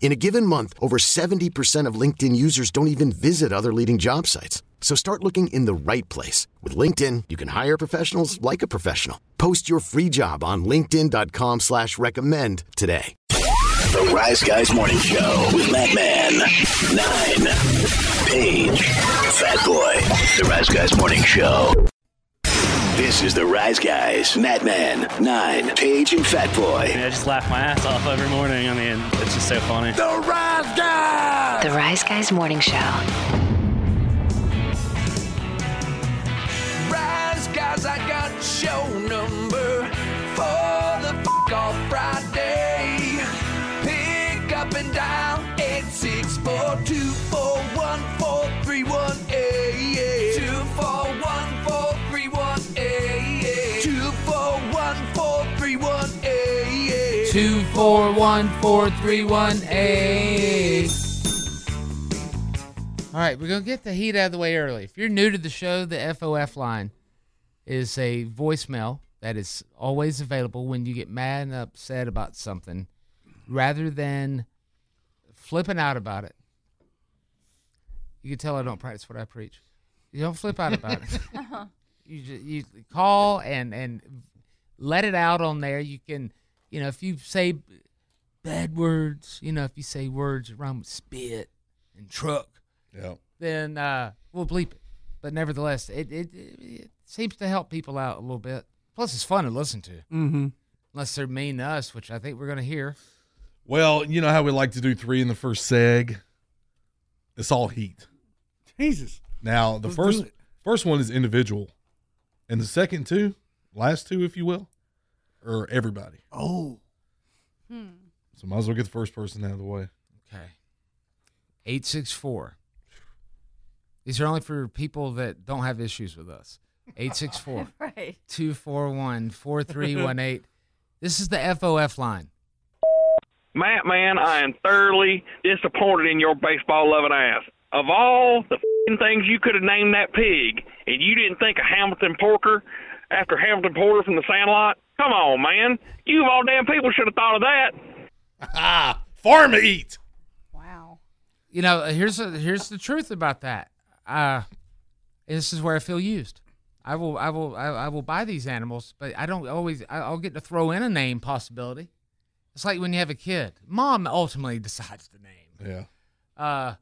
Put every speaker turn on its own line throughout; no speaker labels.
In a given month, over 70% of LinkedIn users don't even visit other leading job sites. So start looking in the right place. With LinkedIn, you can hire professionals like a professional. Post your free job on linkedin.com slash recommend today.
The Rise Guys Morning Show with Matt Man, Nine, Paige, Fat Boy. The Rise Guys Morning Show. This is the Rise Guys, Matt Man, Nine, Paige, and Fat Boy.
mean, I just laugh my ass off every morning. I mean, it's just so funny.
The Rise Guys!
The Rise Guys Morning Show.
Rise Guys, I got show number for the f- off Friday. Pick up and dial 864-241-4318. 241-4318. 241-4318.
2414318. All right, we're going to get the heat out of the way early. If you're new to the show, the FOF line is a voicemail that is always available when you get mad and upset about something rather than flipping out about it. You can tell I don't practice what I preach. You don't flip out about it. you just, you call and and let it out on there. You can, you know, if you say bad words, you know, if you say words around with spit and truck,
Yeah.
then uh, we'll bleep it. But nevertheless, it, it it seems to help people out a little bit. Plus, it's fun to listen to. Mm-hmm. Unless they're mean to us, which I think we're gonna hear.
Well, you know how we like to do three in the first seg. It's all heat.
Jesus.
Now the
Let's do
first
it.
first one is individual, and the second two, last two, if you will, are everybody.
Oh.
So might as well get the first person out of the way.
Okay. Eight six four. These are only for people that don't have issues with us. Eight six four.
Right.
241 4318. This is the FOF line.
Matt, man, I am thoroughly disappointed in your baseball loving ass. Of all the fing things you could have named that pig, and you didn't think of Hamilton Porker after Hamilton Porter from the Sandlot? Come on, man. You of all damn people should have thought of that.
Ah, farm eat.
Wow.
You know, here's a, here's the truth about that. Uh, this is where I feel used. I will I will I, I will buy these animals, but I don't always I, I'll get to throw in a name possibility. It's like when you have a kid. Mom ultimately decides the name.
Yeah.
Uh,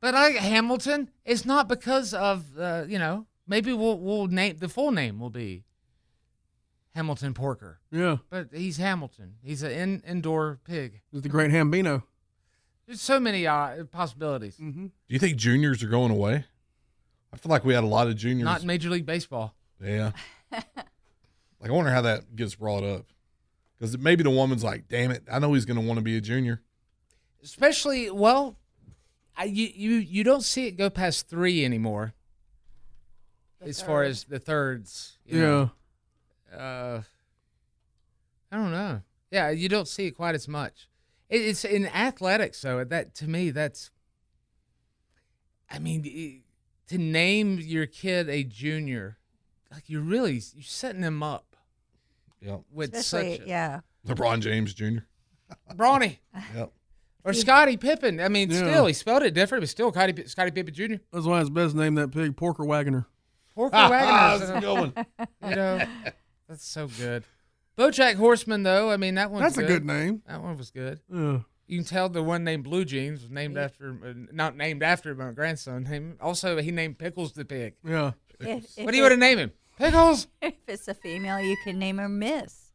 but I Hamilton is not because of uh, you know maybe we'll we'll name the full name will be Hamilton Porker,
Yeah.
but he's Hamilton. He's an in, indoor pig.
It's the great Hambino.
There's so many uh, possibilities.
Mm-hmm.
Do you think juniors are going away? I feel like we had a lot of juniors.
Not in Major League Baseball.
yeah. like I wonder how that gets brought up, because maybe the woman's like, "Damn it, I know he's going to want to be a junior."
Especially, well, I, you you you don't see it go past three anymore. as far as the thirds, you know. Uh, I don't know. Yeah, you don't see it quite as much. It, it's in athletics, though. That to me, that's. I mean, it- to name your kid a junior, like you're really you're setting them up
Yeah.
with
Especially,
such a,
yeah.
LeBron James Jr.
Brawny
Yep.
or Scotty Pippen. I mean,
Yeah.
still he spelled it different, but still Scotty Scotty Pippen Jr.
That's why it's best name that pig Porker Wagoner.
Porker
Ah,
Ah, That's a
Wagoner.
good one.
you know, that's so good. BoJack Horseman, though. I mean, that one.
That's a good name.
That one was good.
Yeah.
You can tell the one named Blue Jeans was named after, uh, not named after my grandson. Him also, he named Pickles the pig.
Yeah.
If, if,
What do you want to
it-
name him? Pickles.
if it's a female, you can name her Miss.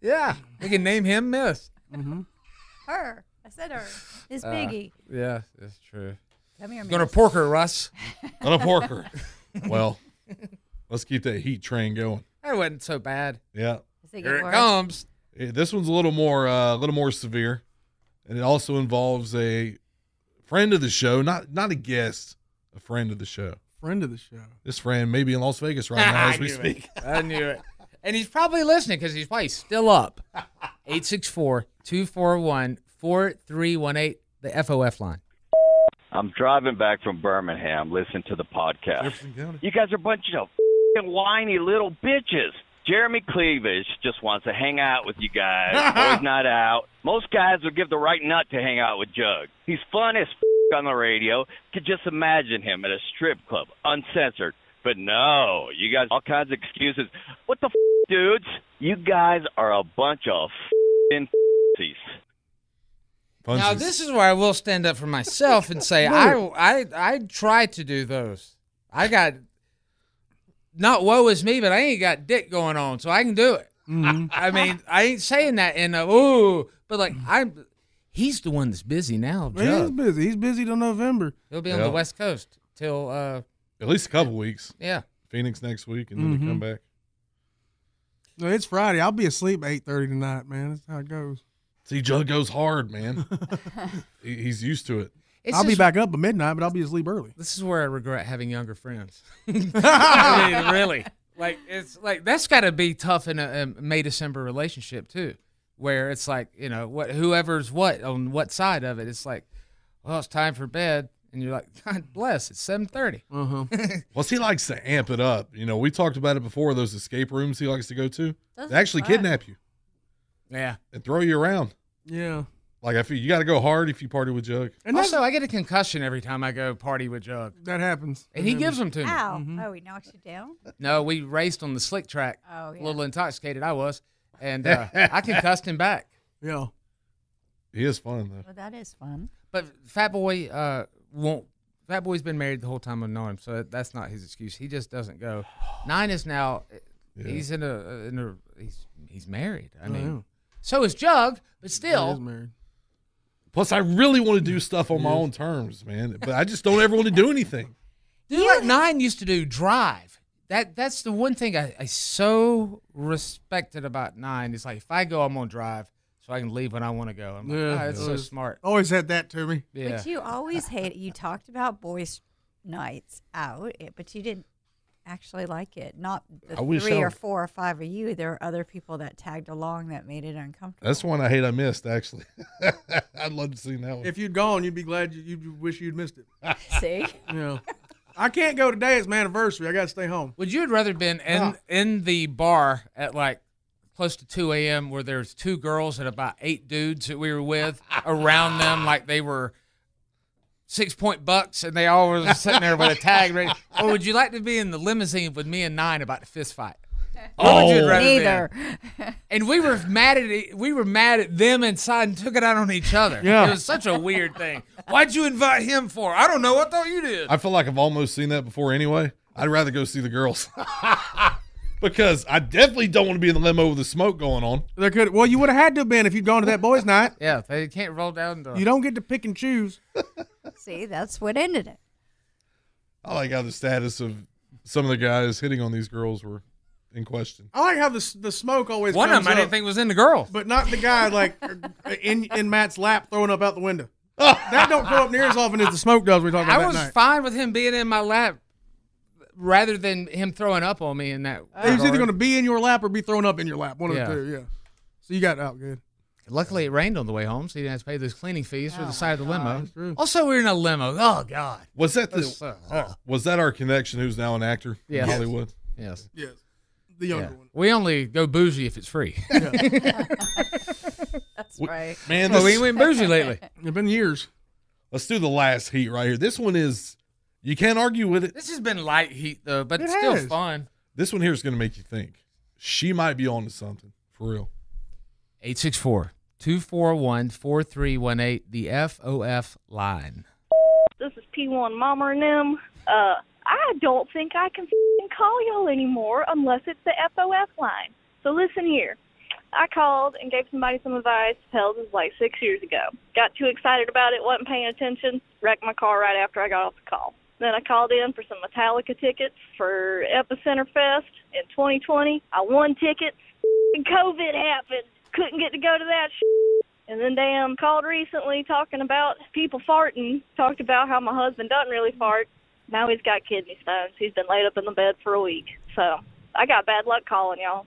Yeah, we can name him Miss.
Her. I said her.
Uh,
It's Biggie.
Yeah, that's true.
Come here, Miss.
Gonna porker Russ.
On a porker. well, let's keep that heat train going.
That wasn't so bad.
Yeah.
Does
Here
it get
it
worse?
comes.
Eh, This one's a little more uh, a little more severe, and it also involves a friend of the show, not not a guest, a friend of the show.
Friend of the show.
This friend may be in Las Vegas right now as
I
we
knew it.
speak.
I knew it. And he's probably listening because he's probably still up. 864 241 4318, the FOF line.
I'm driving back from Birmingham. Listen to the podcast.
Jefferson County.
You guys are a bunch of f***ing whiny little bitches. Jeremy Cleavage just wants to hang out with you guys. Boys not out. Most guys would give the right nut to hang out with Jug. He's fun as f- on the radio. Could just imagine him at a strip club, uncensored. But no, you guys all kinds of excuses. What the f- dudes? You guys are a bunch of f***ing f***ies.
Now
Funsies.
this is where I will stand up for myself and say I I I try to do those. I got not woe is me, but I ain't got dick going on, so I can do it.
Mm-hmm.
I mean, I ain't saying that in a ooh, but like I'm. He's the one that's busy now.
Well, He's
Jug.
busy. He's busy till November.
He'll be on
Yeah.
the West Coast till uh
at least a couple weeks.
yeah.
Phoenix next week, and then they come
Mm-hmm.
back.
No, it's Friday. I'll be asleep at eight thirty tonight, man. That's how it goes.
See, Jug goes hard, man. he, he's used to it.
It's
I'll be
just-
back up at midnight, but I'll be asleep early.
This is where I regret having younger friends. I mean, really. Like it's like that's got to be tough in a, a May December relationship too, where it's like you know what whoever's what on what side of it. It's like, well, it's time for bed, and you're like, God bless, it's seven thirty.
Uh-huh.
Plus, he likes to amp it up. You know, we talked about it before. Those escape rooms he likes to go to,
Those
they
are
actually
fun.
kidnap you
Yeah.
and throw you around.
Yeah.
Like I feel you got to go hard if you party with Jug.
And that's,
also, I get a concussion every time I go party with Jug,
that happens.
and he gives them to me. Mm-hmm.
Ow. Oh, he knocks you down?
No, we raced on the slick track.
Oh,
A
yeah.
little intoxicated I was, and uh, I concussed him back.
Yeah.
He is fun though.
Well, that is fun.
But Fat Boy uh, won't. Fat Boy's been married the whole time I've known him, so that's not his excuse. He just doesn't go. Nine is now. He's in a uh, in a. He's he's married. I mean, so is Jug, but
He is
still.
married.
Plus, I really want to do stuff on my own terms, man. But I just don't ever want to do anything.
Dude, like Nine used to do drive. That that's the one thing I, I so respected about Nine. It's like if I go, I'm gonna drive, so I can leave when I want to go. I'm like,
Yeah.
"Ah, that's so
Always-
smart.
Always had that to me.
Yeah.
But you always hate it. You talked about boys' nights out, it- but you didn't actually like it. Not the
I wish
three
I
or
was-
four or five of you. There were other people that tagged along that made it uncomfortable.
That's one I hate. I missed actually. I'd love to see that one.
If you'd gone, you'd be glad you, you'd wish you'd missed it.
See?
Yeah. I can't go today. It's my anniversary. I got to stay home.
Would you have rather been in in the bar at like close to two a.m. where there's two girls and about eight dudes that we were with around them, like they were six point bucks, and they all were sitting there with a tag ready? Or would you like to be in the limousine with me and nine about to fist fight? What
Oh.
would you rather be in?
Neither.
And we were mad at e- we were mad at them inside and took it out on each other.
Yeah.
It was such a weird thing. Why'd you invite him for? I don't know. I thought you did.
I feel like I've almost seen that before anyway. I'd rather go see the girls because I definitely don't want to be in the limo with the smoke going on.
There could well, you would have had to have been if you'd gone to that boys' night.
yeah, they can't roll down the.
You don't get to pick and choose.
See, that's what ended it.
I like how the status of some of the guys hitting on these girls were in question.
I like how the s- the smoke always.
One of
comes
them I didn't
up,
think was in the girl.
but not the guy like in in Matt's lap throwing up out the window. that don't go up near as often as the smoke does. We talk about
I
that
was
night.
fine with him being in my lap rather than him throwing up on me in that.
He was either
regard.
going to be in your lap or be thrown up in your lap. One
Yeah.
of the two. Yeah. So you got out good.
Luckily, it rained on the way home, so he didn't have to pay those cleaning fees for the side of the limo.
true.
Also, we were in a limo. Oh God.
Was that this?
Uh,
Was that our connection? Who's now an actor
Yes.
in Hollywood?
Yes.
Yes. The
yeah.
younger one.
We only go bougie if it's free.
That's
We-
right.
Man,
Well,
this,
we ain't went bougie lately.
It's been years.
Let's do the last heat right here. This one is you can't argue with it.
This has been light heat though, but
It
it's still
has.
fun.
This one here is going to make you think. She might be onto something for real.
864 241 4318, the FOF line.
This is P1 Mama and them. Uh, I don't think I can f***ing call y'all anymore unless it's the FOF line. So listen here. I called and gave somebody some advice. Hell, this was like six years ago. Got too excited about it, wasn't paying attention, wrecked my car right after I got off the call. Then I called in for some Metallica tickets for Epicenter Fest in 2020. I won tickets. F***ing COVID happened. Couldn't get to go to that sh- and then damn called recently talking about people farting. Talked about how my husband doesn't really fart. Now he's got kidney stones. He's been laid up in the bed for a week. So I got bad luck calling y'all.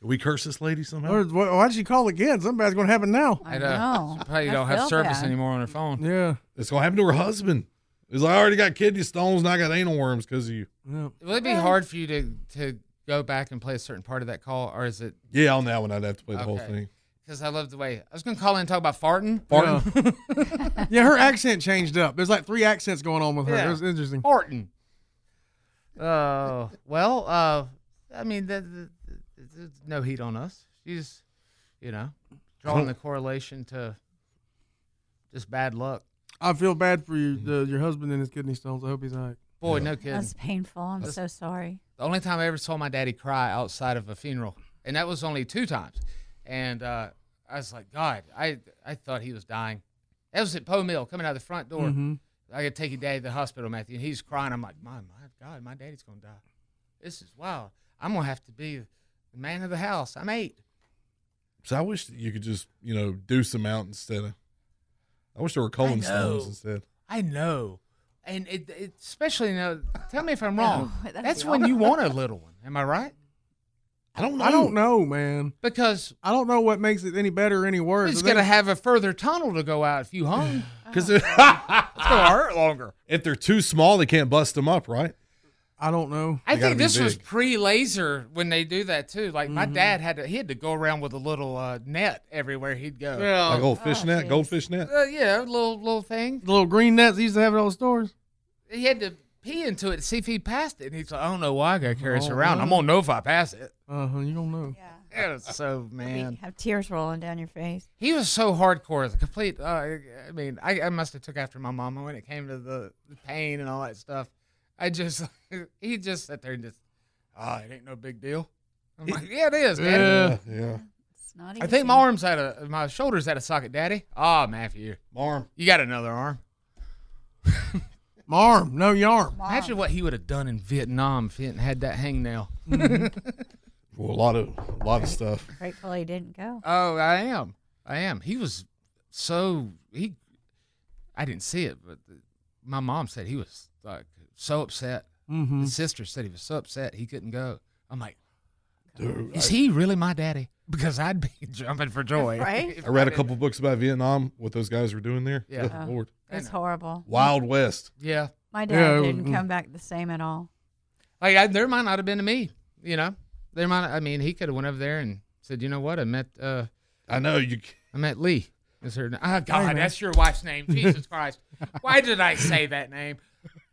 Did we curse this lady somehow?
Or- why- Why'd she call again? Something bad's going to happen now.
I
And, uh,
know.
she probably
I
don't have
feel
service
bad.
anymore on her phone.
Yeah.
It's going to happen to her husband. He's like, I already got kidney stones and I got anal worms because of you.
yeah.
Will it be hard for you to, to go back and play a certain part of that call, or is it?
Yeah, on that one, I'd have to play the whole
Okay.
thing.
Because I love the way I was going to call in and talk about farting.
Barton,
Yeah, her accent changed up. There's like three accents going on with her.
Yeah.
It was interesting.
Farting. Uh, well, uh, I mean, th- th- th- there's no heat on us. She's, you know, drawing the correlation to just bad luck.
I feel bad for
Mm.
you, the, your husband and his kidney stones. I hope he's all right.
Boy, no kidding.
That's painful. I'm
That's-
so sorry.
The only time I ever saw my daddy cry outside of a funeral, and that was only two times. And uh, I was like, God, I I thought he was dying. That was at Poe Mill, coming out the front door. I could take your daddy to the hospital, Matthew, and he's crying. I'm like, my, my God, my daddy's gonna die. This is wild. I'm gonna have to be the man of the house. I'm eight.
So I wish that you could just, you know, do some out instead of. I wish there were
I
colon stones
know.
instead.
I know, and it, it especially you know. Tell me if I'm wrong.
No, that's
that's when
wrong.
you want a little one. Am I right?
I don't know.
I don't know, man.
Because
I don't know what makes it any better or any worse.
it's
I think-
gonna have a further tunnel to go out if you hung.
Because
Oh. It's gonna hurt longer.
if they're too small, they can't bust them up, right?
I don't know.
I
They gotta
think
be
this was
big.
pre-laser when they do that too. Like my
Mm-hmm.
dad had to, he had to go around with a little uh, net everywhere he'd go.
Yeah.
Like old fish net,
geez.
goldfish net.
Uh, yeah, a little little thing.
The little green nets they used to have at all the stores.
He had to pee into it to see if he passed it. And he's like, I don't know why I got to carry this
Oh,
around. I'm
wow.
gonna know if I pass it.
Uh huh. You don't know.
Yeah.
It was so
You
man.
have tears rolling down your face.
He was so hardcore, the complete. Uh, I mean, I, I must have took after my mama when it came to the, the pain and all that stuff. I just he just sat there and just, oh, it ain't no big deal. I'm like, yeah, it is, man.
Yeah.
yeah.
It's not
I think my arms had a my shoulders had a socket, Daddy. Ah, Matthew,
Marm.
you got another arm.
My arm. No, your arm.
Imagine what he would have done in Vietnam if he hadn't had that hangnail.
Mm-hmm.
Well, a lot of a lot of stuff.
Grateful he didn't go.
Oh, I am. I am. He was so he. I didn't see it, but the- my mom said he was like so upset.
Mm-hmm.
His sister said he was so upset he couldn't go. I'm like,
Dude,
is he really my daddy? Because I'd be jumping for joy.
Right?
if
I read a
didn't-
couple books about Vietnam, what those guys were doing there.
Yeah.
Good Lord.
It's
know.
Oh, horrible.
Wild West.
Yeah,
My
Yeah, mm.
dad
it was-
didn't come back the same at all.
like I, there might not have been to me. You know, there might. I mean, he could have went over there and said, you know what? I met. uh
I know you. c-
I met Lee. Is her? Ah, God, that's your wife's name. Jesus Christ! Why did I say that name?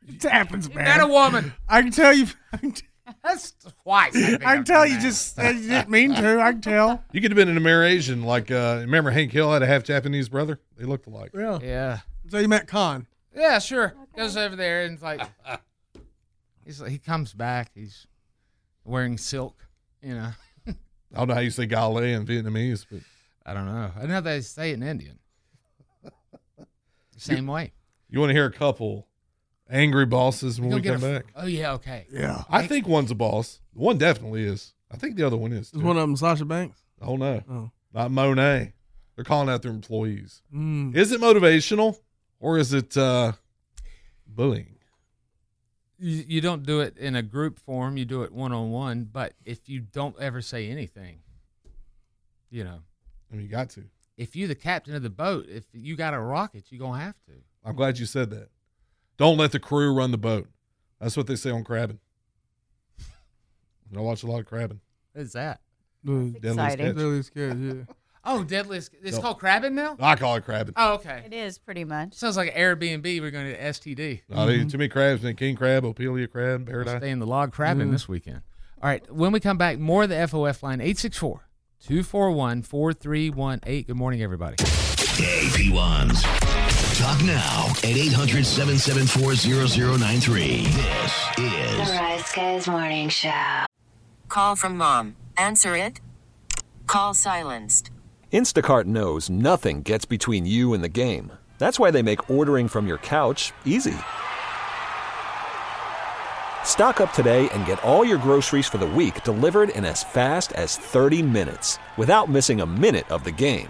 It happens,
You met a
man.
woman.
I can tell you. I can, t-
That's twice. I, think
I can
I've
tell
done
you
that.
just uh, you didn't mean to. I can tell.
You could have been an Amerasian. Like, uh, remember Hank Hill had a half Japanese brother? They looked alike.
Yeah.
Yeah.
So you met Khan.
Yeah. Sure. Goes over there and it's like, he's like, he comes back. He's wearing silk. You know.
I don't know how you say Gale in Vietnamese, but
I don't know. I know they say it in Indian. Same way.
you want to hear a couple angry bosses when
Go
we
get
come
a-
back.
Oh yeah, okay.
I think one's a boss. One definitely is. I think the other one is.
Is one of them Sasha Banks?
Oh no.
Oh.
Not Monet. They're calling out their employees.
Mm.
Is it motivational or is it uh bullying?
you, you don't do it in a group form. You do it one on one. But if you don't ever say anything, you know,
I mean, you got to.
if you the captain of the boat, if you got a rocket, you gonna have to.
I'm glad you said that. Don't let the crew run the boat. That's what they say on crabbing. And I watch a lot of crabbing.
What is that?
Deadliest catch.
Oh, deadliest. It's
No.
called crabbing now.
I call it crabbing.
Oh, okay.
It is pretty much.
Sounds like Airbnb. We're going to STD.
No, they- too many crabs, man. King crab, Opelia crab, paradise.
Stay in the log crabbing
Mm.
this weekend. All right. When we come back, more of the FOF line 864 241 4318. Good morning, everybody.
AP1s. Talk now at 800 774 0093. This is.
The Rise Guys Morning Show.
Call from mom. Answer it. Call silenced.
Instacart knows nothing gets between you and the game. That's why they make ordering from your couch easy. Stock up today and get all your groceries for the week delivered in as fast as 30 minutes without missing a minute of the game.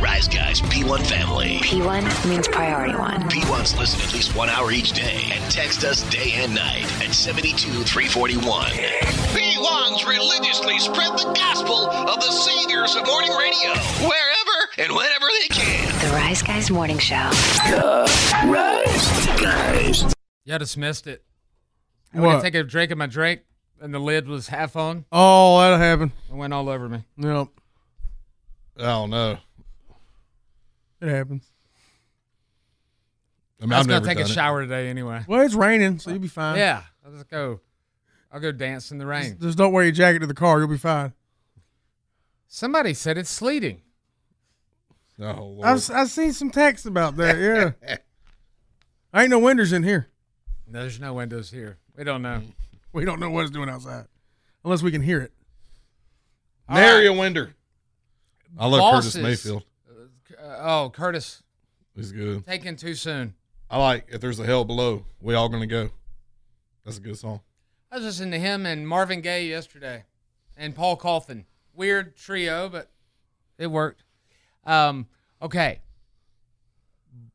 Rise Guys P1 Family.
P1 means priority one.
P1s listen at least one hour each day and text us day and night at 72341.
P1s religiously spread the gospel of the saviors of morning radio wherever and whenever they can.
The Rise Guys Morning Show.
Rise Guys.
Y'all dismissed it. I went
What?
to take a drink of my drink, and the lid was half on.
Oh, that'll happen.
It went all over me.
Yep.
I don't know.
It happens.
I mean,
I was
I've
gonna
never
take a
done it.
shower today anyway.
Well, it's raining, so you'll be fine.
Yeah, I'll just go. I'll go dance in the rain.
Just don't wear your jacket to the car. You'll be fine.
Somebody said it's sleeting.
Oh, Lord.
I've, I've seen some texts about that. Yeah. I ain't no windows in here.
No, there's no windows here. We don't know.
We don't know what it's doing outside unless we can hear it.
Nary a winder. I love Curtis
Bosses.
Mayfield.
Uh, oh, Curtis,
He's good.
taken too soon.
I like if there's a hell below, we all gonna go. That's a good song.
I was listening to him and Marvin Gaye yesterday, and Paul Coffin. Weird trio, but it worked. Um, okay,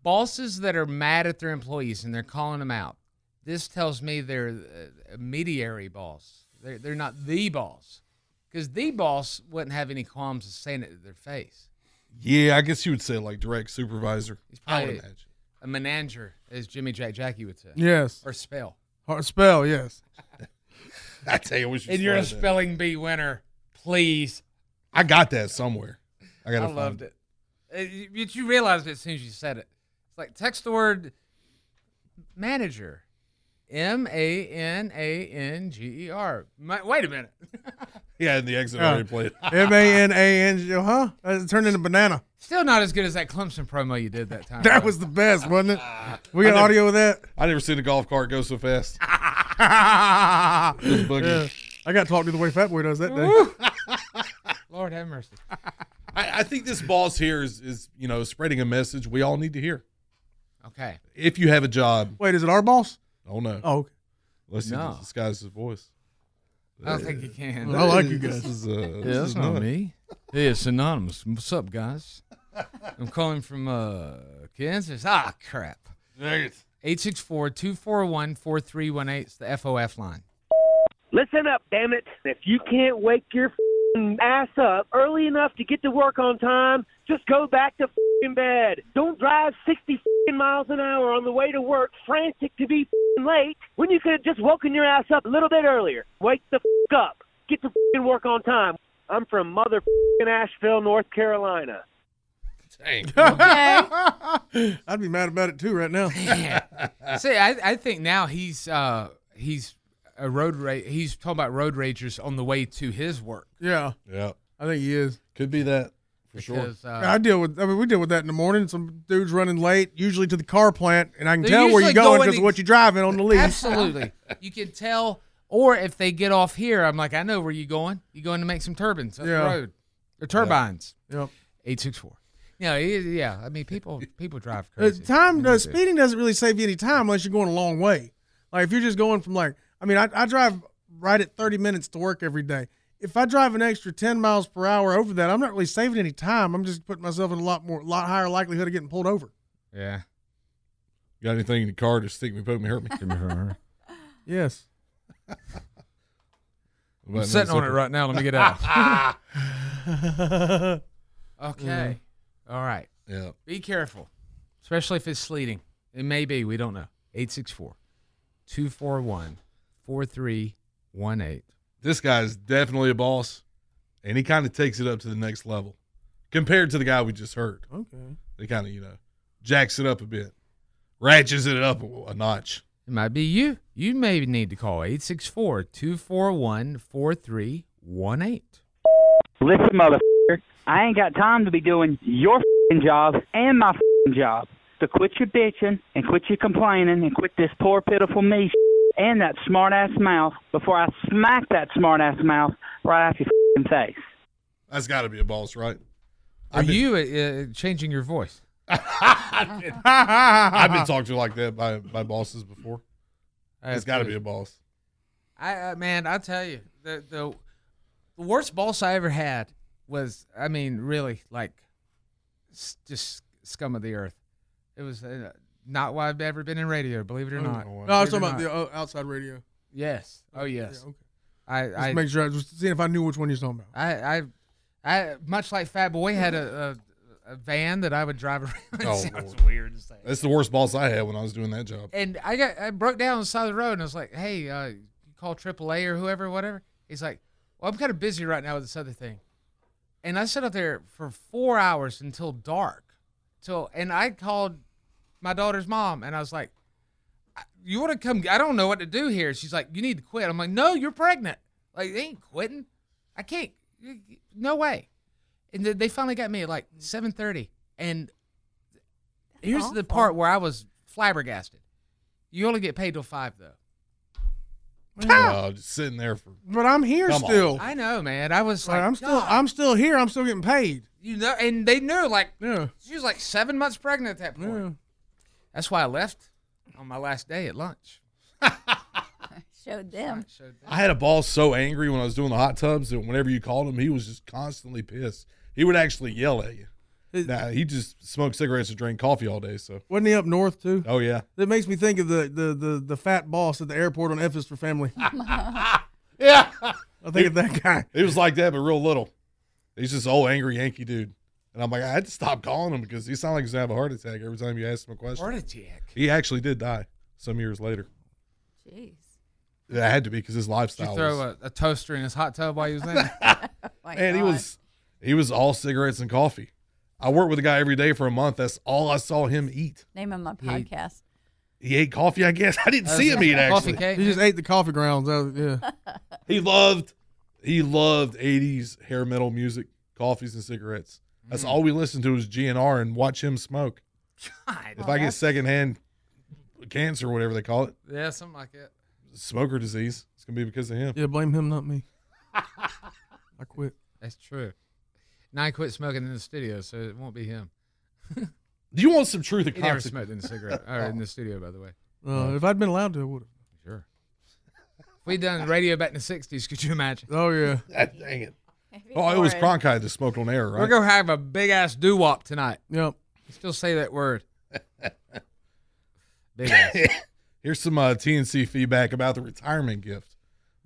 bosses that are mad at their employees and they're calling them out. This tells me they're uh, a mediary boss. They're they're not the boss, because the boss wouldn't have any qualms of saying it to their face.
Yeah, I guess you would say like direct supervisor. I would
Probably
imagine.
a menager, as Jimmy Jack Jackie would say.
Yes.
or spell.
Hard spell, yes.
I tell you, we should
And you're a
start that.
spelling bee winner, please.
I got that somewhere. I
I,
got.
loved it. Uh, you- But you realized it as soon as you said it. It's like text the word manager, M A N A N G E R. Mi- Wait a minute. Uh,
Yeah, in the exit
Yeah.
already played.
M A N A N G, huh? It turned into banana.
Still not as good as that Clemson promo you did that time.
That
though.
was the best, wasn't it? We
I
got
never-
audio of that.
I never seen a golf cart go so fast. boogie.
Yeah. I got talked to the way Fat Boy does that day.
Lord have mercy.
I, I think this boss here is is you know spreading a message we all need to hear.
Okay.
If you have a job,
Wait, is it our boss?
oh no,
Oh, okay.
let's
No.
disguise his voice.
I don't think you can.
I like you guys.
This is, uh,
Yeah,
this
that's
is
not
nuts.
me. Hey, it's anonymous. What's up, guys? I'm calling from uh, Kansas. Ah, crap.
Nuggets.
864 241 4318 the FOF line.
Listen up, damn it. If you can't wake your fing ass up early enough to get to work on time, just go back to fing bed. Don't drive 60 fing miles an hour on the way to work frantic to be fing late when you could have just woken your ass up a little bit earlier. Wake the f- up. Get to fing work on time. I'm from mother fing Asheville, North Carolina.
I'd be mad about it too right now.
See, I, I think now he's uh, he's a road ra- he's talking about road ragers on the way to his work.
yeah.
Yeah.
I think he is.
Could be that for
Because,
sure.
uh,
I deal with. I mean, we deal with that in the morning. Some dudes running late, usually to the car plant, and I can
They're
tell where
usually
you're going
going
because
ex-
of what you're driving on the lease.
Absolutely. you can tell or if they get off here, I'm like, I know where you going. You going to make some turbines up
Yeah.
the road. Or turbines.
Yep.
Eight six four. Yeah, it is- yeah. I mean people people drive
Uh,
crazy.
time uh, speeding doesn't really save you any time unless you're going a long way. Like if you're just going from like, I mean, I, I drive right at 30 minutes to work every day. If I drive an extra 10 miles per hour over that, I'm not really saving any time. I'm just putting myself in a lot more, lot higher likelihood of getting pulled over.
Yeah.
Got anything in the car to stick me, poke me, hurt me?
Yes.
I'm sitting on it right now. Let me get out. okay. All right.
Yeah.
Be careful, especially if it's sleeting. It may be. We don't know. 864 241 4318.
This guy's definitely a boss, and he kind of takes it up to the next level compared to the guy we just heard.
Okay.
They kind of, you know, jacks it up a bit, ratchets it up a- a notch.
It might be you. You may need to call 864 241 4318.
Listen, motherfucker, I ain't got time to be doing your fing job and my fing job. So quit your bitching and quit your complaining and quit this poor pitiful me and that smart ass mouth before I smack that smart ass mouth right out your fing face.
That's got to be a boss, right?
Are you uh, uh, changing your voice?
I've been talked to like that by, by bosses before. it's got to be a boss.
I, I man, I tell you, the, the the worst boss I ever had was, I mean, really like s- just scum of the earth. It was uh, not why I've ever been in radio, believe it or
Oh,
not.
No, I
Believe
was
it
talking
or
about the
not.
uh, outside radio.
Yes. Oh, yes.
Yeah, okay.
I,
Just
I
make sure I was seeing if I knew which one you're talking about.
I, I, I, much like Fat Boy, had a, a, a van that I would drive around.
Oh,
Sounds
Lord.
weird to say.
That's the worst boss I had when I was doing that job.
And I got I broke down on the side of the road, and I was like, "Hey, uh, you call AAA or whoever, whatever." He's like, "Well, I'm kind of busy right now with this other thing," and I sat up there for four hours until dark. Till and I called my daughter's mom, and I was like, "I- "You want to come? I don't know what to do here." She's like, "You need to quit." I'm like, "No, you're pregnant. Like, they ain't quitting. I can't. y- y- No way." And then they finally got me at like 7:30, and here's the part where I was flabbergasted. You only get paid till five though.
Uh, just sitting there for.
But I'm here
Come on.
still.
I know, man. I was like,
I'm still, I'm still here. I'm still getting paid.
you know, and they knew like
Yeah.
she was like seven months pregnant at that point. That's why I left on my last day at lunch.
Showed them.
I had a boss so angry when I was doing the hot tubs that whenever you called him, he was just constantly pissed. He would actually yell at you. Nah, he just smoked cigarettes and drank coffee all day. So,
Wasn't he up north too?
oh yeah,
That makes me think of the the the, the fat boss at the airport on F is for Family.
yeah.
I think of that guy.
He was like that, but real little. He's just an old angry Yankee dude. And I'm like, I had to stop calling him because he sounded like he's gonna have a heart attack every time you asked him a question.
Heart attack.
He actually did die some years later.
Jeez.
It had to be because his
Did
lifestyle.
you
was,
throw a, a toaster in his hot tub while he was there?
man, he was he was all cigarettes and coffee. I worked with a guy every day for a month. That's all I saw him eat.
Name of my
He-
podcast.
He ate coffee, I guess. I didn't see him eat actually.
He just ate the coffee grounds. That was- yeah.
He loved he loved 80s hair metal music, coffees and cigarettes. That's all we listened to was GNR and watch him smoke. If
Oh,
I get
that's-
secondhand cancer, whatever they call it,
yeah, something like that.
smoker disease, it's gonna be because of him.
Yeah, blame him, not me. I quit.
That's true. Now I quit smoking in the studio, so it won't be him.
Do you want some truth?
He never
conse-
smoked in the cigarette or in the studio, by the way.
Uh, If I'd been allowed to, I would have.
Sure. If we done radio back in the '60s, could you imagine?
Oh yeah.
dang it. Oh, it was Cronkite that smoked on air, right?
We're gonna have a big ass doo wop tonight.
Yep.
You still say that word. big ass.
Here's some uh, TNC feedback about the retirement gift.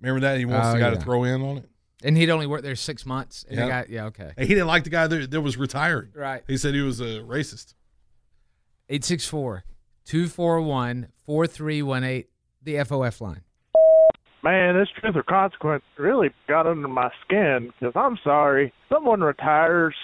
Remember that? He wants
Oh,
the guy to
yeah.
throw in on it.
And he'd only worked there six months. And
Yeah.
the guy, yeah, okay.
And he didn't like the guy that, that was retiring.
Right.
He said he was a racist.
864 241 4318, the FOF line.
Man, this truth or consequence really got under my skin because I'm sorry. Someone retires.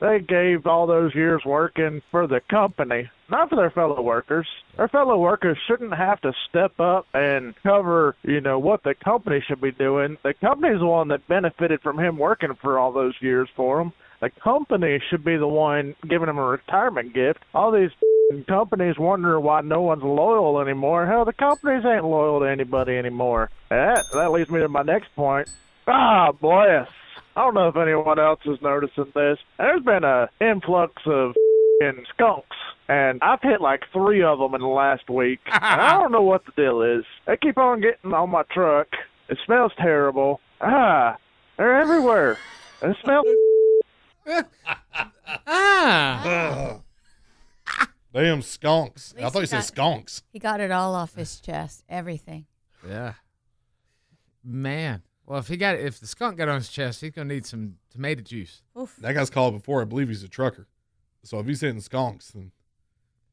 They gave all those years working for the company, not for their fellow workers. Their fellow workers shouldn't have to step up and cover, you know, what the company should be doing. The company's the one that benefited from him working for all those years for him. The company should be the one giving him a retirement gift. All these f***ing companies wonder why no one's loyal anymore. Hell, the companies ain't loyal to anybody anymore. And that, that leads me to my next point. Ah, bless. I don't know if anyone else is noticing this. There's been a influx of f***ing skunks, and I've hit like three of them in the last week. and I don't know what the deal is. They keep on getting on my truck. It smells terrible. Ah, they're everywhere. It smells
Ah.
Damn skunks. I
least
thought he
he
said
got-
skunks.
He got it all off his chest, everything.
Yeah. Man. Well, if he got if the skunk got on his chest, he's gonna need some tomato juice.
Oof.
That guy's called before. I believe he's a trucker. So if he's hitting skunks, then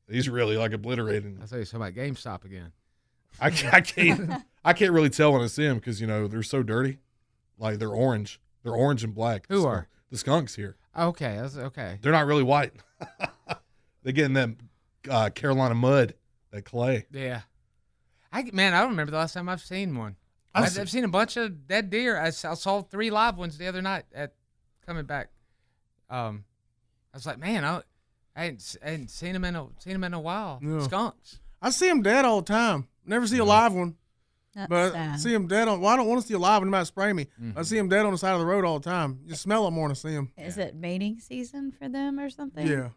he's really like obliterating.
I thought you were talking about GameStop again.
I, ca- I can't. I can't really tell when I see them because you know they're so dirty. Like they're orange. They're orange and black.
Who
the
are?
the skunks here?
Okay, that's okay.
They're not really white. they get in that uh, Carolina mud, that clay.
Yeah. I man, I don't remember the last time I've seen one.
I've
I've, I've
seen-
seen, a bunch of dead deer. I, s- I saw three live ones the other night at coming back. Um, I was like, man, I, I hadn't, s- I hadn't seen them in a seen 'em in a while.
Yeah.
Skunks.
I see them dead all the time. Never see a live one.
That's
but I
sad.
see them dead on. Well, I don't want to see a live one. It might spray me.
Mm-hmm.
I see them dead on the side of the road all the time. You smell them more than I see them.
Is it mating season for them or something?
Yeah.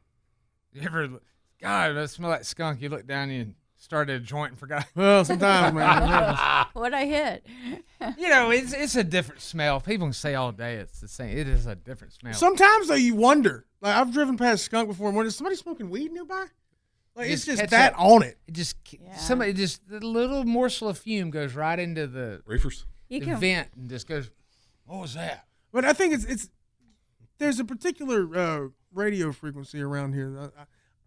You ever? God, I smell that skunk. You look down and started a joint and forgot.
Well, sometimes, man, it
what I hit.
you know, it's it's a different smell. People can say all day it's the same. It is a different smell.
Sometimes though, you wonder. Like I've driven past skunk before. And wondered, is somebody smoking weed nearby? Like it's just
catch
that on it.
It just somebody just the little morsel of fume goes right into the
reefers.
You
You
the
can-
vent and just goes. What was that?
But I think it's it's there's a particular uh, radio frequency around here. that I, I,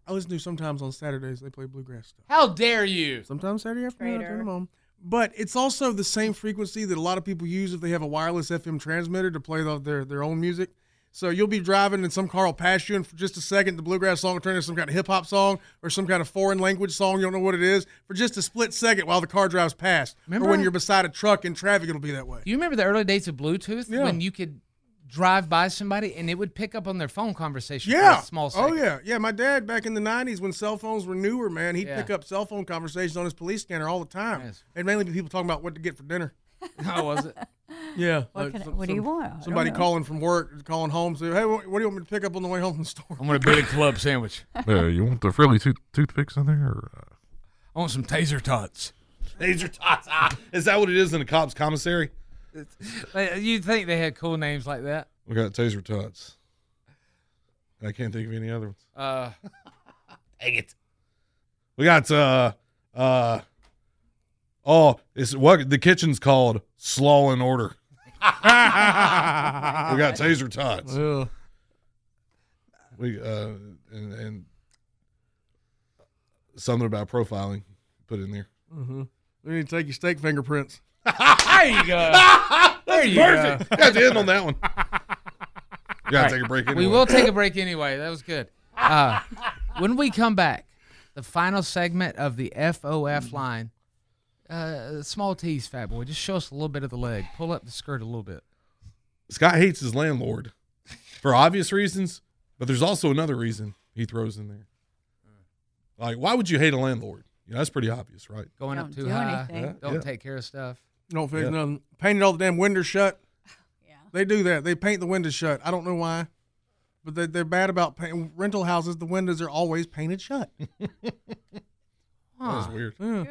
I listen to sometimes on Saturdays. They play bluegrass stuff.
How dare you?
Sometimes Saturday afternoon, I turn 'em on. But it's also the same frequency that a lot of people use if they have a wireless FM transmitter to play the, their their own music. So you'll be driving and some car will pass you, and for just a second, the bluegrass song will turn into some kind of hip hop song or some kind of foreign language song. You don't know what it is for just a split second while the car drives past,
Remember-
or when you're beside a truck in traffic, it'll be that way.
Do you remember the early days of Bluetooth
Yeah.
when you could drive by somebody and it would pick up on their phone conversation? for
Yeah.
a small.
oh
Second.
yeah, yeah. My dad back in the '90s when cell phones were newer, man, he'd
Yeah.
pick up cell phone conversations on his police scanner all the time, and mainly be people talking about what to get for dinner.
How Oh, was it?
Yeah.
What
like
can-
some-
what do you
some-
want? I don't
Somebody
know.
calling from work, calling home, say, "Hey, what, what do you want me to pick up on the way home from the store?"
I want a big club sandwich.
Uh, you want the frilly tooth- toothpicks in there? Or, uh,
I want some taser tots.
Taser tots. Ah, is that what it is in the cops' commissary?
Like, You'd think they had cool names like that.
We got taser tots. I can't think of any other ones.
Uh, Dang it.
We got uh uh oh it's what the kitchen's called Slaw and Order. we got taser tots.
Ugh.
We uh and, and something about profiling put in there.
Mm-hmm. We need to take your steak fingerprints.
there you go. there
you perfect. go. Got the end on that one. We gotta take a break anyway.
We will take a break anyway. That was good. Uh, when we come back, the final segment of the FOF line. Uh, small tease, fat boy. Just show us a little bit of the leg. Pull up the skirt a little bit.
Scott hates his landlord for obvious reasons, but there's also another reason he throws in there. Like, why would you hate a landlord? You know, that's pretty obvious, right?
Going up
Don't
too
do
high.
anything. Yeah,
Don't
yeah.
take care of stuff.
Don't fix
Yeah.
nothing. Painted all the damn windows shut. Yeah. They do that. They paint the windows shut. I don't know why, but they, they're bad about paint. rental houses. The windows are always painted shut.
Huh.
That's weird.
Yeah.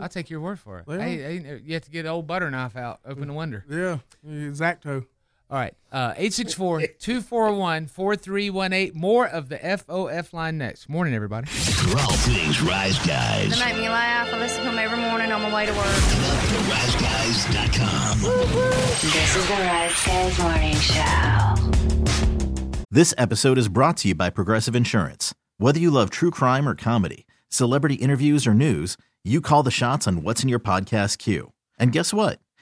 I'll take your word for it.
Yeah.
Hey, hey, you have to get an old butter knife out. Open the window.
Yeah, exacto.
All right. Uh 864-241-4318. More of the FOF line next. Morning, everybody.
For all things Rise
They
Guys.
make me laugh. I listen to them every morning on my way to work.
RiseGuys.com.
This is the Rise Guys Morning Show.
This episode is brought to you by Progressive Insurance. Whether you love true crime or comedy, celebrity interviews or news, you call the shots on what's in your podcast queue. And guess what?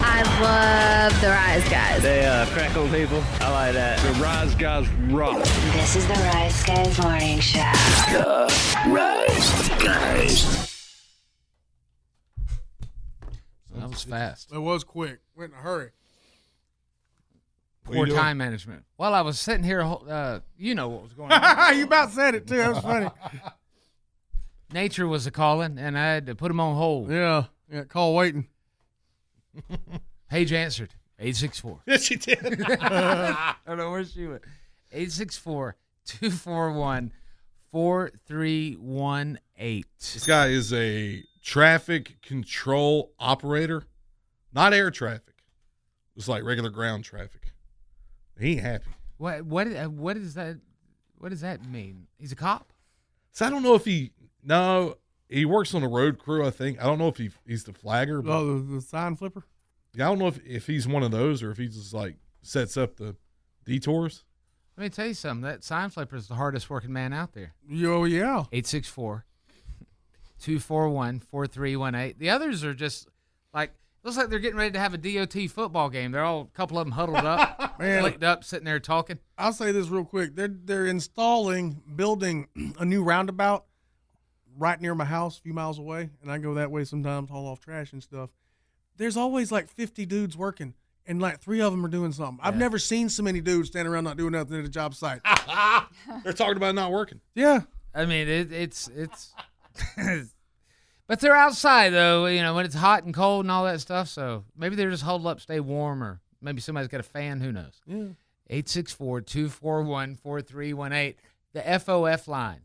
I love the Rise Guys.
They uh, crack old people. I like that. The Rise Guys rock.
This is the Rise Guys Morning Show.
The Rise Guys.
That was fast.
It was quick. Went in a hurry.
Poor time management. While I was sitting here, uh, you know what was going on.
you about said it too. That was funny.
Nature was a calling, and I had to put him on hold.
Yeah, yeah. Call waiting.
Paige answered. Eight six four.
Yes, she did.
I don't know where she went. 864 241 4318.
This guy is a traffic control operator, not air traffic. It's like regular ground traffic. He ain't happy.
What, what, uh, what, is that, what does that mean? He's a cop?
So I don't know if he no he works on a road crew. I think I don't know if he he's the flagger. But,
Oh, the, the sign flipper.
yeah, I don't know if, if he's one of those or if he just like sets up the detours.
Let me tell you something. That sign flipper is the hardest working man out there.
Yo, yeah.
864 241 4318. The others are just like, looks like they're getting ready to have a DOT football game. They're all, a couple of them huddled up,
Man.
clicked up, sitting there talking.
I'll say this real quick. They're they're installing, building a new roundabout right near my house, a few miles away, and I go that way sometimes, haul off trash and stuff. There's always like 50 dudes working, and like three of them are doing something. I've never seen so many dudes standing around not doing nothing at a job site.
They're talking about not working.
Yeah.
I mean, it, it's, it's, but they're outside though, you know, when it's hot and cold and all that stuff. So maybe they're just huddled up, stay warm, or maybe somebody's got a fan. Who knows?
Yeah.
864 241 4318. The FOF line.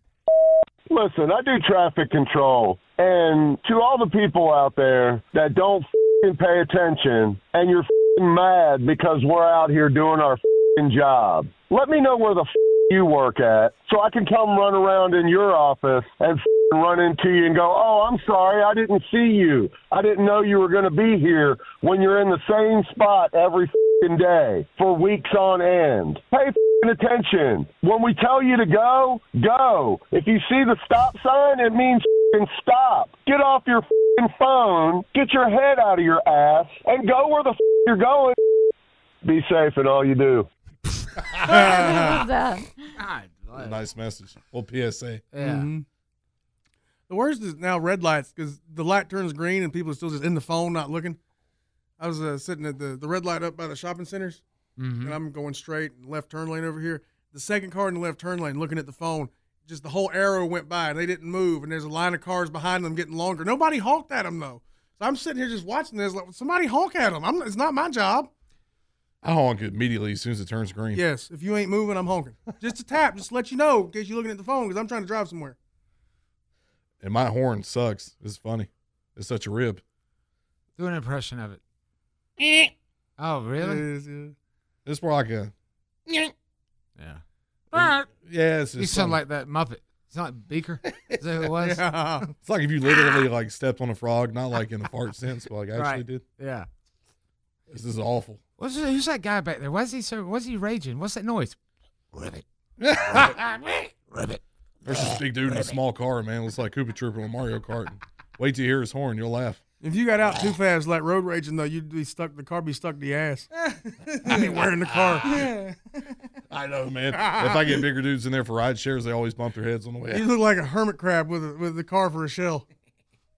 Listen, I do traffic control. And to all the people out there that don't fing pay attention and you're fing mad because we're out here doing our fing job, let me know where the f- you work at so I can come run around in your office and fing run into you and go, oh, I'm sorry, I didn't see you. I didn't know you were going to be here when you're in the same spot every fing day for weeks on end. Pay fing attention. When we tell you to go, go. If you see the stop sign, it means fing stop. Get off your fing phone, get your head out of your ass, and go where the f- you're going. Be safe in all you do.
nice message. Well, PSA.
Mhm. The worst is now red lights because the light turns green and people are still just in the phone, not looking. I was uh, sitting at the, the red light up by the shopping centers,
Mhm.
and I'm going straight and left turn lane over here. The second car in the left turn lane looking at the phone, just the whole arrow went by and they didn't move. And there's a line of cars behind them getting longer. Nobody honked at them though. So I'm sitting here just watching this. Like, somebody honk at them. I'm, it's not my job.
I honk immediately as soon as it turns green.
Yes, if you ain't moving, I'm honking. Just a tap, just to let you know in case you're looking at the phone because I'm trying to drive somewhere.
And my horn sucks. It's funny. It's such a rib.
Do an impression of it. Oh, really?
It's more like a
Yeah.
yeah. It's just
You sound
something-
like that Muppet. It's not Beaker. Is that who it was?
Yeah.
It's like if you literally like stepped on a frog, not like in a fart sense, but like actually
Right.
did.
Yeah.
This is awful.
What's, who's that guy back there? Why's he so? Why's he raging? What's that noise?
Ribbit.
Ribbit.
There's this big dude in a small car, man. Looks like Koopa Trooper on Mario Kart. Wait till you hear his horn, you'll laugh.
If you got out too fast, like road raging though, you'd be stuck. The car be stuck to your ass. I'd be wearing the car.
I know, Oh, man. If I get bigger dudes in there for ride shares, they always bump their heads on the way.
You
out.
look like a hermit crab with a, with the car for a shell.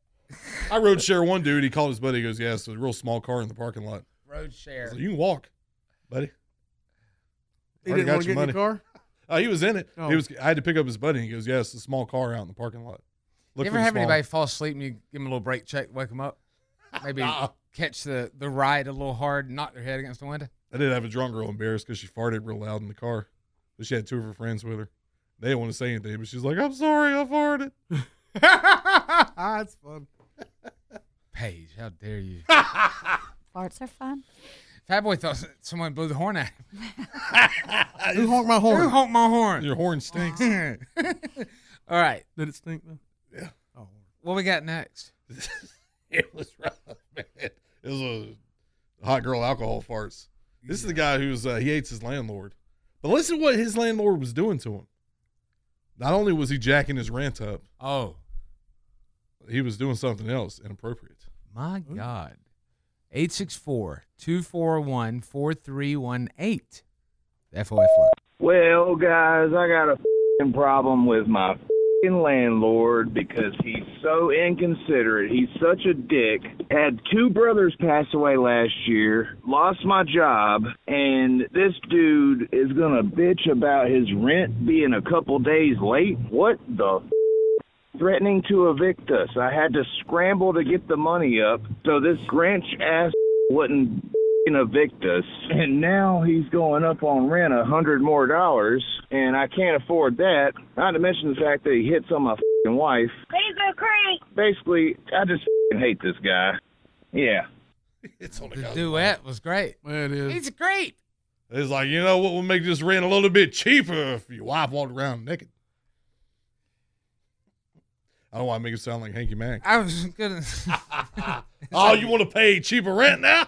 I rode share one dude. He called his buddy. He goes, "Yeah, it's a real small car in the parking lot.
Road
I
share.
was like, you can walk, buddy."
He
Already
didn't
got
want to get
your
in
money.
the car.
Uh, he was in it.
Oh.
He was. I had to pick up his buddy. He goes, "Yes, it's a small car out in the parking lot."
You
Look
ever
for the
have
small-
anybody fall asleep and you give them a little brake check, wake them up? Maybe catch the, the ride a little hard, knock their head against the window?
I did have a drunk girl embarrassed because she farted real loud in the car, but she had two of her friends with her. They didn't want to say anything, but she's like, "I'm sorry, I farted."
ah, it's fun.
Paige, how dare you?
Farts are fun.
Fat boy thought someone blew the horn at him.
Who honked my horn?
Who honked my horn?
Your horn stinks.
All right.
Did it stink though? Oh,
Yeah.
What we got next?
it was rough, man. It was a hot girl alcohol farts. This is the guy who's uh, he hates his landlord. But listen to what his landlord was doing to him. Not only was he jacking his rent up,
oh,
he was doing something else inappropriate.
My God. 864 241 4318. FOF line.
Well, guys, I got a fing problem with my fing landlord because he's so inconsiderate. He's such a dick. Had two brothers pass away last year, lost my job, and this dude is going to bitch about his rent being a couple days late. What the f- threatening to evict us. I had to scramble to get the money up so this Grinch ass wouldn't f***ing evict us. And now he's going up on rent a hundred more dollars, and I can't afford that. Not to mention the fact that he hits on my f***ing wife.
Please go crank.
Basically, I just f***ing hate this guy. Yeah.
It's on
The duet was great.
it is.
He's great.
It's like, you know what, we'll make this rent a little bit cheaper if your wife walked around naked. I don't want to make it sound like Hanky Mack.
I was going to.
Oh, you want to pay cheaper rent now?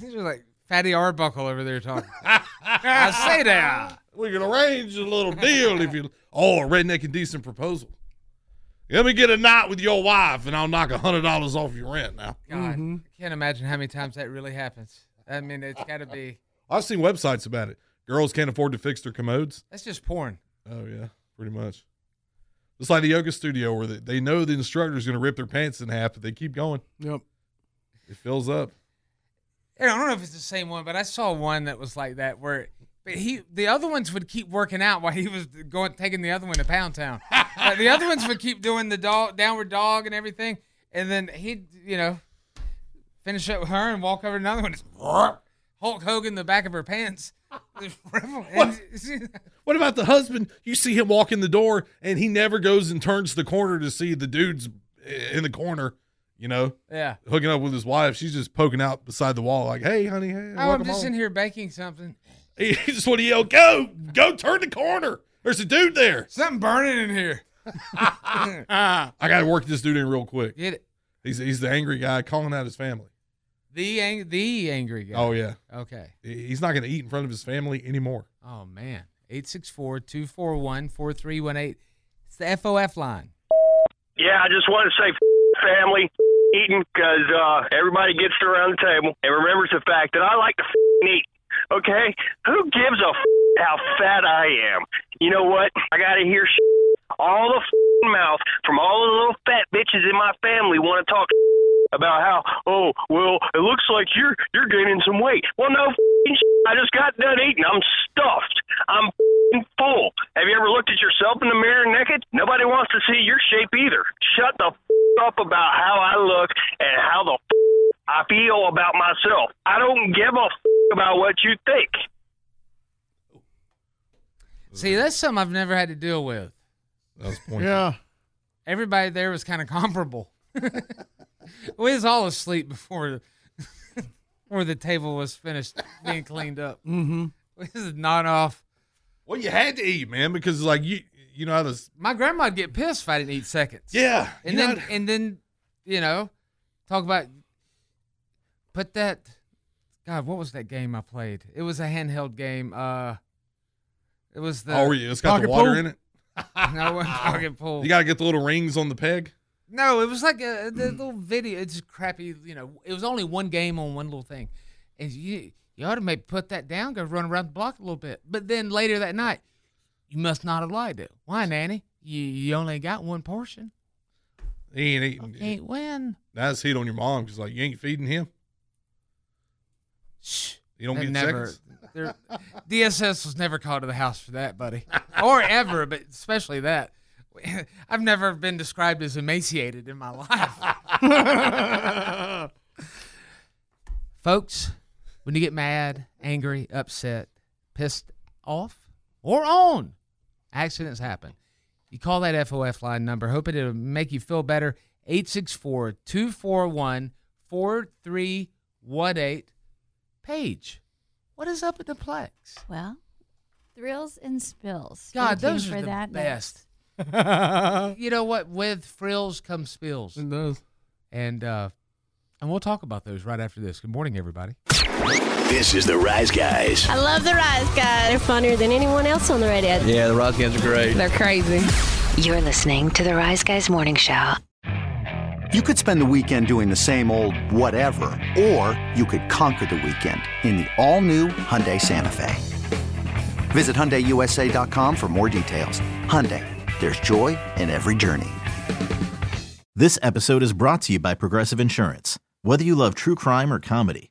These are like Fatty Arbuckle over there talking. I say that.
We can arrange a little deal if you. Oh, a redneck and decent proposal. Let me get a night with your wife, and I'll knock a hundred dollars off your rent. Now,
God,
Mm-hmm.
I can't imagine how many times that really happens. I mean, it's got to be.
I've seen websites about it. Girls can't afford to fix their commodes.
That's just porn.
Oh yeah, pretty much. It's like the yoga studio where they, they know the instructor's going to rip their pants in half, but they keep going.
Yep.
It fills up.
I don't know if it's the same one, but I saw one that was like that where but he the other ones would keep working out while he was going taking the other one to Pound Town. Uh, the other ones would keep doing the dog downward dog and everything, and then he'd you know finish up with her and walk over to another one. Just, Hulk Hogan the back of her pants. Just ripple- and-
What about the husband? You see him walk in the door, and he never goes and turns the corner to see the dudes eh, in the corner. You know,
Yeah.
hooking up with his wife. She's just poking out beside the wall, like, "Hey, honey, hey."
Oh, I'm
welcome
just
home."
in here baking something.
He just want to yell, "Go, go, turn the corner." There's a dude there.
Something burning in here.
I got to work this dude in real quick.
Get it?
He's he's the angry guy calling out his family.
The ang- the angry guy.
Oh yeah.
Okay.
He- He's not going to eat in front of his family anymore.
Oh man. 864-241-4318. It's the FOF line.
Yeah, I just wanted to say f- family f- eating because uh, everybody gets around the table and remembers the fact that I like to f- eat. Okay, who gives a f- how fat I am? You know what? I gotta hear sh- all the f- mouth from all the little fat bitches in my family want to talk s- about how oh well it looks like you're you're gaining some weight. Well, no, f- I just got done eating. I'm stuffed. I'm f***ing full. Have you ever looked at yourself in the mirror naked? Nobody wants to see your shape either. Shut the f- up about how I look and how the f- I feel about myself. I don't give a f- about what you think.
See, that's something I've never had to deal with.
That was
Yeah.
Everybody there was kind of comparable. we was all asleep before before the table was finished being cleaned up.
Mm-hmm.
This is not off.
Well, you had to eat, man, because like you you know how this
My grandma'd get pissed if I didn't eat seconds.
Yeah,
And
you
then
know-
and then, you know, talk about put that God, what was that game I played? It was a handheld game. Uh it was the
Oh, yeah, it's Oh, got the water in it.
no one fucking pulled.
You got to get the little rings on the peg.
No, it was like a, the little video. It's crappy. You know, it was only one game on one little thing, and you you ought to maybe put that down, go run around the block a little bit. But then later that night, you must not have lied to. Why, Nanny? You you only got one portion.
He ain't eating.
Can't win.
That's heat on your mom. She's like, you ain't feeding him. You don't
They've
get
never-
seconds.
they're- DSS was never called to the house for that, buddy, or ever, but especially that. I've never been described as emaciated in my life. Folks, when you get mad, angry, upset, pissed off, or on, accidents happen. You call that FOF line number, hoping it'll make you feel better. 864 241 4318. Paige, what is up at the Plex?
Well, thrills and spills. Stay
God,
tuned
those
for
are the
that next.
best. you know what? With frills come spills. It
does.
And uh, and we'll talk about those right after this. Good morning, everybody.
This is the Rise Guys.
I love the Rise Guys. They're funnier than anyone else on the radio.
Yeah, the Rise Guys are great.
They're crazy. You're listening to the Rise Guys Morning Show.
You could spend the weekend doing the same old whatever, or you could conquer the weekend in the all-new Hyundai Santa Fe. Visit HyundaiUSA.com for more details. Hyundai, there's joy in every journey.
This episode is brought to you by Progressive Insurance. Whether you love true crime or comedy,